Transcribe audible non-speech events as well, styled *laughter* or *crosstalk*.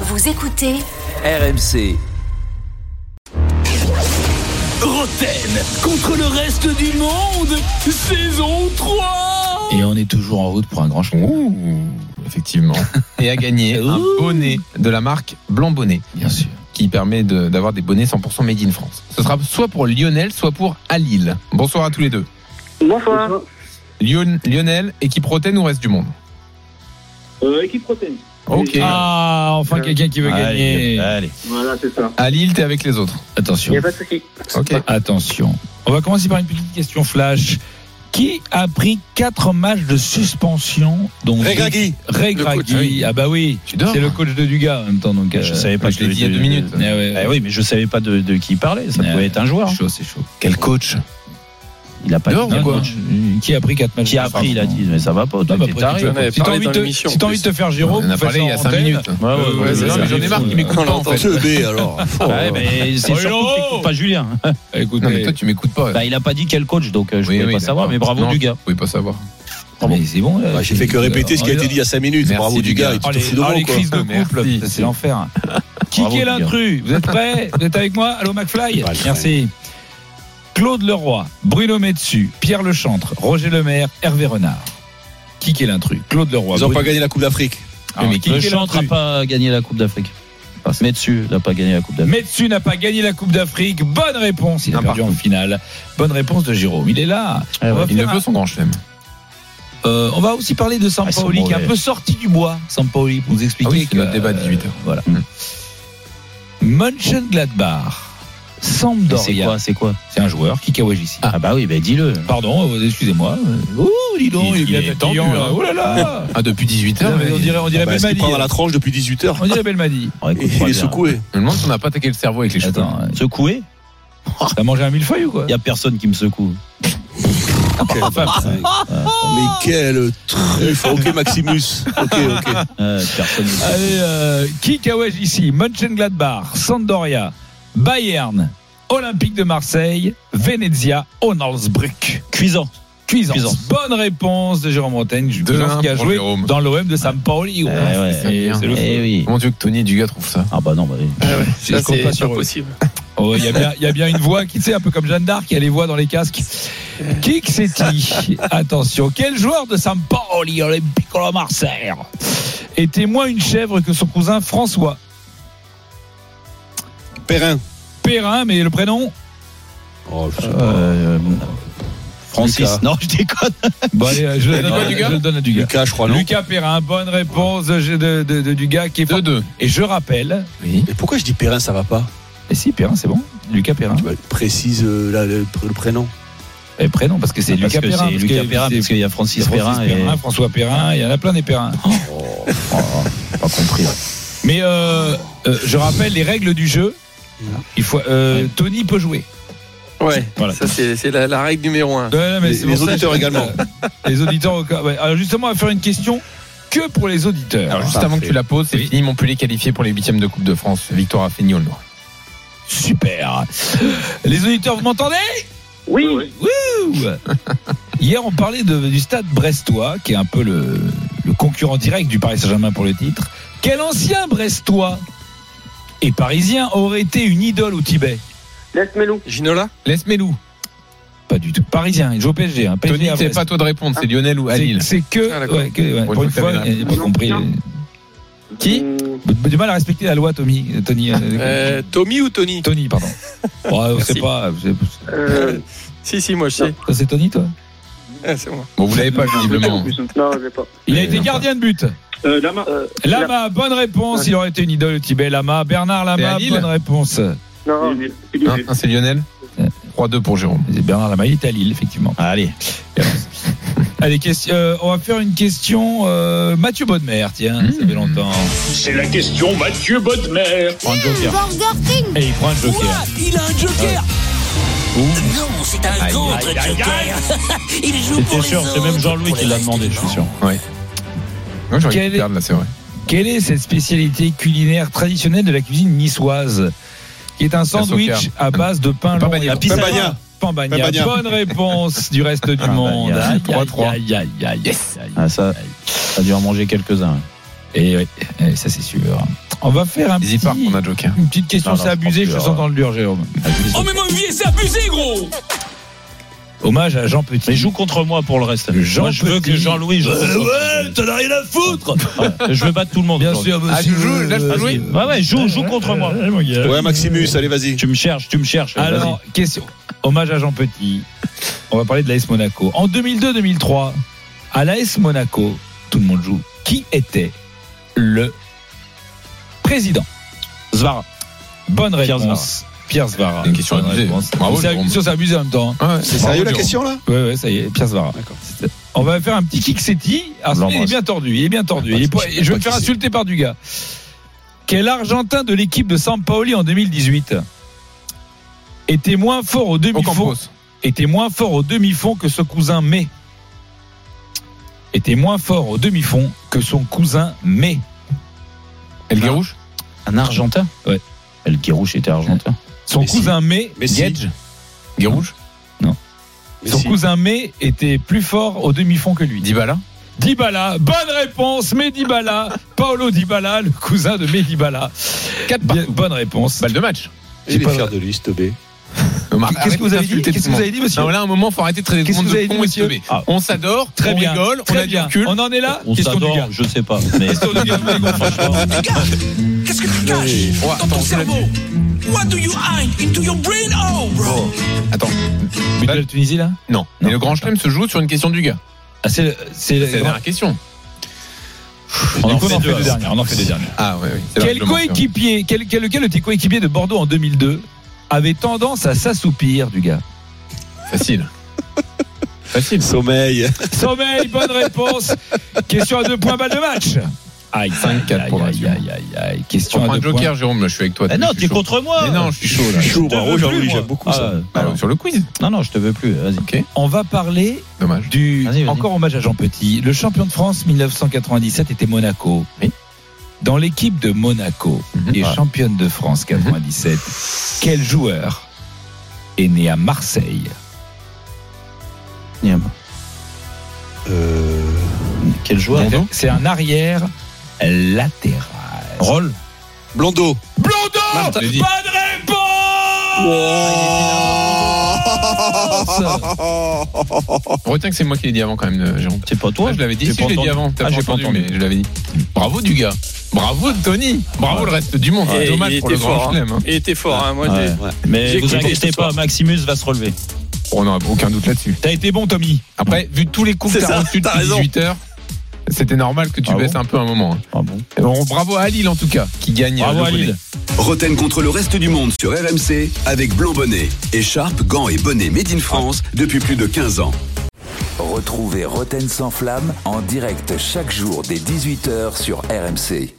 Vous écoutez RMC. Roten contre le reste du monde, saison 3 Et on est toujours en route pour un grand championnat. effectivement. Et a gagné un bonnet de la marque Blanc Bonnet, Bien sûr. qui permet de- d'avoir des bonnets 100% made in France. Ce sera soit pour Lionel, soit pour Alil. Bonsoir à tous les deux. Bonsoir. Lion- Lionel, équipe Roten ou reste du monde Euh, équipe protéine. Ok. Ah, enfin quelqu'un qui veut gagner. Voilà, c'est ça. Alil, t'es avec les autres. Attention. Il n'y a pas de souci. Ok. Attention. On va commencer par une petite question flash. Qui a pris quatre matchs de suspension dont Ray Gragui. Ah bah oui. Tu dors C'est le coach de Dugas en même temps. Donc, euh, Je savais pas je l'ai que- dit il y a deux minutes. eh ouais. Eh oui, mais je savais pas de, de qui il parlait. Ça Ouais. pouvait être un joueur. chaud, c'est chaud. Quel coach Il a pas Dehors dit ou un quoi coach. Qui a pris quatre matchs Qui a de appris Il a suspension dit, mais ça va pas. Ah bah, t'es après, taré. tu vois, Si t'as envie, de- si t'as envie de te faire On Jérôme, en a fais ça parlé il y a en 5 antenne. minutes. Ouais, ouais, Euh, ouais, ouais, c'est non, ça. mais j'en ai marre qu'il m'écoute pas en fait. Ouais, mais c'est Oh, surtout hello que t'écoutes pas Julien. Écoutez, Non mais toi tu m'écoutes pas. Bah, il a pas dit quel coach, donc euh, je Oui, pouvais oui, pas savoir. d'accord. Mais bravo Non, du gars. Je pouvais pas savoir. mais c'est bon. là, Bah, j'ai fait que répéter ce qui a été dit il y a 5 minutes. Merci, Bravo du Dugas. gars, il Oh, te les, fout oh, devant les quoi. crises de Merci. couple, *laughs* putain, c'est l'enfer. Qui Bravo, est Pierre. l'intrus Vous êtes prêts Vous êtes avec moi Allô McFly Pas le Merci. Claude Leroy, Bruno Metsu, Pierre Lechantre, Roger Lemaire, Hervé Renard. Qui est l'intrus Claude Leroy. Ils n'ont Bruno- pas gagné la Coupe d'Afrique. Ah, mais qui Ah, le est chantre n'a l'intrus pas gagné la Coupe d'Afrique. Mais dessus, n'a pas gagné la Coupe d'Afrique. Metsu n'a pas gagné la Coupe d'Afrique. Bonne réponse. Il a Ah, Un perdu en finale. Bonne réponse de Jérôme. Il est là. on, Eh ouais. va Il ne faire veut son grand chelem. un- euh, on va aussi parler de Ah, ils sont Sampaoli, qui est un mauvais. peu sorti du bois. Sampaoli, pour vous expliquer. Ah oui, c'est que, notre débat de 18 heures. euh, Voilà. Mm. Mm. Mönchengladbach, Mais C'est Sampdoria. quoi C'est quoi C'est un joueur qui kawage ici. Ah bah oui, ben dis-le. Pardon, euh, excusez-moi. Oh, dis donc, il, Il- est il bien est tatillon, tendu, là. hein. Oh là là Ah depuis 18 Non, heures. mais On dirait, on dirait Bah, est-ce qu'il Belmadi. hein. prend à la tranche depuis 18 heures On dirait Belmadi. Oh, écoute, Il moi, est bien. secoué. Je me demande si on n'a pas attaqué le cerveau avec les cheveux. Attends, euh, Secoué t'as mangé un millefeuille ou quoi Il y a personne qui me secoue. Mais quel truffe. Ok, Maximus. Ok, ok. Euh, personne ne me secoue. Allez, euh, qui kawage ici Mönchengladbach, Sampdoria, Bayern, Olympique de Marseille, Venezia, Honolsbrück. Cuisant. Cuisance. Cuisance. Bonne réponse de Jérôme Montaigne, Cuisance qui a pour joué Jérôme. dans l'OM de Sampaoli. Eh gros. ouais. c'est bien. c'est le Eh oui. Comment tu veux que Tony et Dugas trouve ça Ah bah non, bah oui. Je compte pas sur eux. Possible. Oh, Il y, a bien- il y a bien une voix qui, tu sais, un peu comme Jeanne d'Arc, il y a les voix dans les casques. Qui que *laughs* c'est-il Attention, quel joueur de Sampaoli Olympico de Marseille était moins une chèvre que son cousin François Perrin. Perrin, mais le prénom Oh, je sais pas. Euh, Francis. Lucas. Non, je déconne. Bon, allez, euh, je, le donne, Lucas à- Dugas je le donne à Dugas. Lucas, je Ah, crois, non Lucas Perrin, bonne réponse de, de, de- de Dugas qui est fort. 2-2. Et je rappelle. Oui. Mais pourquoi je dis Perrin, ça va pas Et si, Perrin, c'est bon Lucas Perrin. Tu vas- Précise euh, là, le, le prénom. Et prénom, parce que c'est Ah, Parce Lucas que Perrin. c'est parce Lucas que Perrin, c'est- parce qu'il y a Francis, Francis Perrin. et- Oh. Perrin, François Perrin, il y en a plein des Perrins. Oh, pas compris. Mais euh, euh, je rappelle les règles du jeu. Il faut, euh, Tony peut jouer. Ouais, Voilà. ça c'est c'est la, la règle numéro un. Ouais, mais Les- c'est pour les ça, auditeurs je- euh, également. Les auditeurs. au cas- ouais. Alors justement, on va faire une question que pour les auditeurs. Alors juste avant que tu la poses, c'est Ah, Oui. fini Montpellier qualifié pour les huitièmes de Coupe de France. Victoire à Feignol. Super. Les auditeurs, vous m'entendez Oui, *laughs* Ouh. Hier, on parlait de- du stade brestois, qui est un peu le, le concurrent direct du Paris Saint-Germain pour le titre. Quel ancien brestois et parisien aurait été une idole au Tibet laisse Melou. Ginola Laisse Mélou. Pas du tout. Parisien, il joue au PSG. Hein. PSG Tony, à c'est Brest. pas à toi de répondre, c'est Lionel ou hein. C'est- Alil. C'est que. Ah, d'accord. ouais, que- ouais, Bon, pour je une t'avais fois, la- j'ai pas compris. Non. Qui Hum, Du mal à respecter la loi, Tommy. euh, Tony. euh, euh, Tommy ou Tony Tony, *laughs* pardon. Oh, Merci. c'est pas. c'est- euh, Si, si, moi je sais. ça, C'est Tony, toi Ah, c'est moi. Bon, vous l'avez pas visiblement. non, je l'ai pas. Il a Euh, été non. gardien de but. Euh, Lama. Lama, bonne réponse. Il aurait été une idole au Tibet. Lama, Bernard C'est Lama, à Lille bonne réponse. Non, Hein, hein, c'est Lionel. 3-2 pour Jérôme. Et Bernard Lama, il est à Lille, effectivement. Allez. *laughs* Allez, question- euh, on va faire une question. euh, Mathieu Bodmer, tiens, Mmh. hein, ça fait longtemps. C'est la question Mathieu Bodmer. Il prend un joker. Et il prend un joker. Il a un joker Non, c'est un contre-joker *laughs* Il joue pour C'était les sûr, c'est même autres, Jean-Louis pour qui les l'a demandé, je suis sûr. Moi j'aurais Quel pu perdre là, c'est vrai. Quelle est cette spécialité culinaire traditionnelle de la cuisine niçoise qui est un sandwich soca. à base de pain long Pambagna. et de- Pambagna. Pambagna. Pambagna. Bonne réponse du reste du monde. Pambagna. Aïe, 3-3. aïe, aïe, aïe, aïe, aïe. Ah, ça, ça a dû en manger quelques-uns. Et oui, et ça c'est sûr. On va faire un N'hésite petit, pas, on a Joker. une petite question, Non, non, c'est je abusé, pense je que, te sens euh, dans le dur, Jérôme. Oh, mais mon vieil, c'est abusé, gros Oh, Hommage à Jean Petit. Mais joue contre moi pour le reste. Jean moi, je veux Petit. Euh, que Jean-Louis. joue contre moi. t'en as rien à foutre Ouais, je veux battre tout le monde. Bien aujourd'hui. sûr, Ah, monsieur. tu joues, là, tu vas joues jouer Ouais, ouais, joue, joue contre moi. Ouais, Maximus, allez, vas-y. Tu me cherches, tu me cherches. Alors, question. Hommage à Jean Petit. On va parler de l'AS Monaco. En 2002-2003, à l'AS Monaco, tout le monde joue. Qui était le président vas-y. Zvara. Bonne Pierre réponse. Pierre Svara. C'est une question abusée. Bravo, C'est une Jérôme. question c'est abusé en même temps. hein. Ah, Ouais, C'est bravo, sérieux la Jérôme. question là Ouais, ouais, ça y est, Pierre Svara. C'était- On va faire un petit kick setti. Ah, On Il est l'embrasse. bien tordu, il est bien tordu. Il est pas- je sais je vais pas me faire qui c'est. insulter par du gars. Quel Argentin de l'équipe de Sampaoli en 2018 était moins fort au demi-fond Ocampos. était moins fort au demi-fond que ce cousin May. Était moins fort au demi-fond que son cousin May. El Garouche Hein Un Argentin Ouais. El Guirouche était Argentin. Son Messi. cousin May, Messi. Gage, Garouche son Messi. cousin May était plus fort au demi-fond que lui. Dibala Dybala, bonne réponse, mais Dybala, Paolo Dybala, le cousin de May Dybala. Bien, bonne réponse. Balle de match. C'est Il pas est fier vrai. de lui, ce B. Omar, Qu'est-ce arrête que vous avez dit d'insulter tout Qu'est-ce que vous le monde. Ah avez dit, monsieur Non, là, à un moment, faut arrêter de traiter tout Qu'est-ce le que monde vous avez dit, de con et de monsieur teubé. Ah. On s'adore, Très on bien. rigole, on très a du bien. recul. On en est là On Question du gars. s'adore, je sais pas. Mais Question du gars, les gars, franchement. Qu'est-ce que tu caches Oui. Oh, dans attends, ton c'est la- cerveau What do you hide into your brain? Oh, bro Attends, But de la Tunisie, là non. Mais le grand chelem se joue sur une question du gars. Ah, C'est le- c'est C'est la le- dernière question. On en fait deux, deux alors. dernières, on en fait deux dernières. Ah, ouais, oui. c'est le Quel règlement, c'est vrai. coéquipier, quel, quel- lequel de tes coéquipiers de Bordeaux en 2002 avait tendance à s'assoupir du gars Facile. Facile. Sommeil. Sommeil, bonne réponse. Question à deux points, balle de match. Aïe, 5-4 aïe, pour la aïe, Lazio. aïe, aïe, aïe. Question Prends à un deux Eh joker, Jérôme, là, je suis avec toi. Ah non, t'es chaud. contre moi Mais non, je suis chaud, là. Chaud, bravo veux Jean-Louis, plus, moi. j'aime beaucoup Ah, ça. euh, Bah, Sur le quiz. Non, non, je te veux plus, vas-y. Ok, points. On va parler dommage. du. Vas-y, vas-y. Encore hommage à Jean Petit. Le champion de France 1997 était Monaco. Oui. Dans l'équipe de Monaco Mhm. Mmh. et Ah. Ouais. championne de France 97, quel joueur est né à Marseille Euh, Quel joueur C'est un arrière latéral. Roll. Blondeau. Blondeau Martin, Bonne vas-y. Oh, réponse Oh. Retiens que c'est moi qui l'ai dit avant, quand même, euh, Jérôme. C'est pas toi Ah, je l'avais dit, J'ai si, pas je l'ai dit entendu. avant. T'as Ah, pas j'ai pas entendu, entendu. mais je l'avais dit. Bravo du gars. Bravo Tony. Bravo le reste du monde. Et C'est dommage il pour le était grand fort, chelem. hein. Il était fort, hein, moi j'ai- Ouais. Mais J'ai vous cru inquiétez pour pas, Maximus va se relever. On n'a Oh, aucun doute là-dessus. T'as été bon, Tommy. Après, vu tous les coups que C'est t'as ça, reçus t'as depuis raison. 18 heures, c'était normal que tu Ah baisses bon un peu un moment. hein. Ah bon Bon, bravo à Lille en tout cas, qui gagne. Bravo euh, le à bonnet. Lille. Roten contre le reste du monde sur RMC avec Blanc-Bonnet, écharpe, gants et bonnet made in France depuis plus de 15 ans. Retrouvez Roten sans flamme en direct chaque jour dès 18h sur RMC.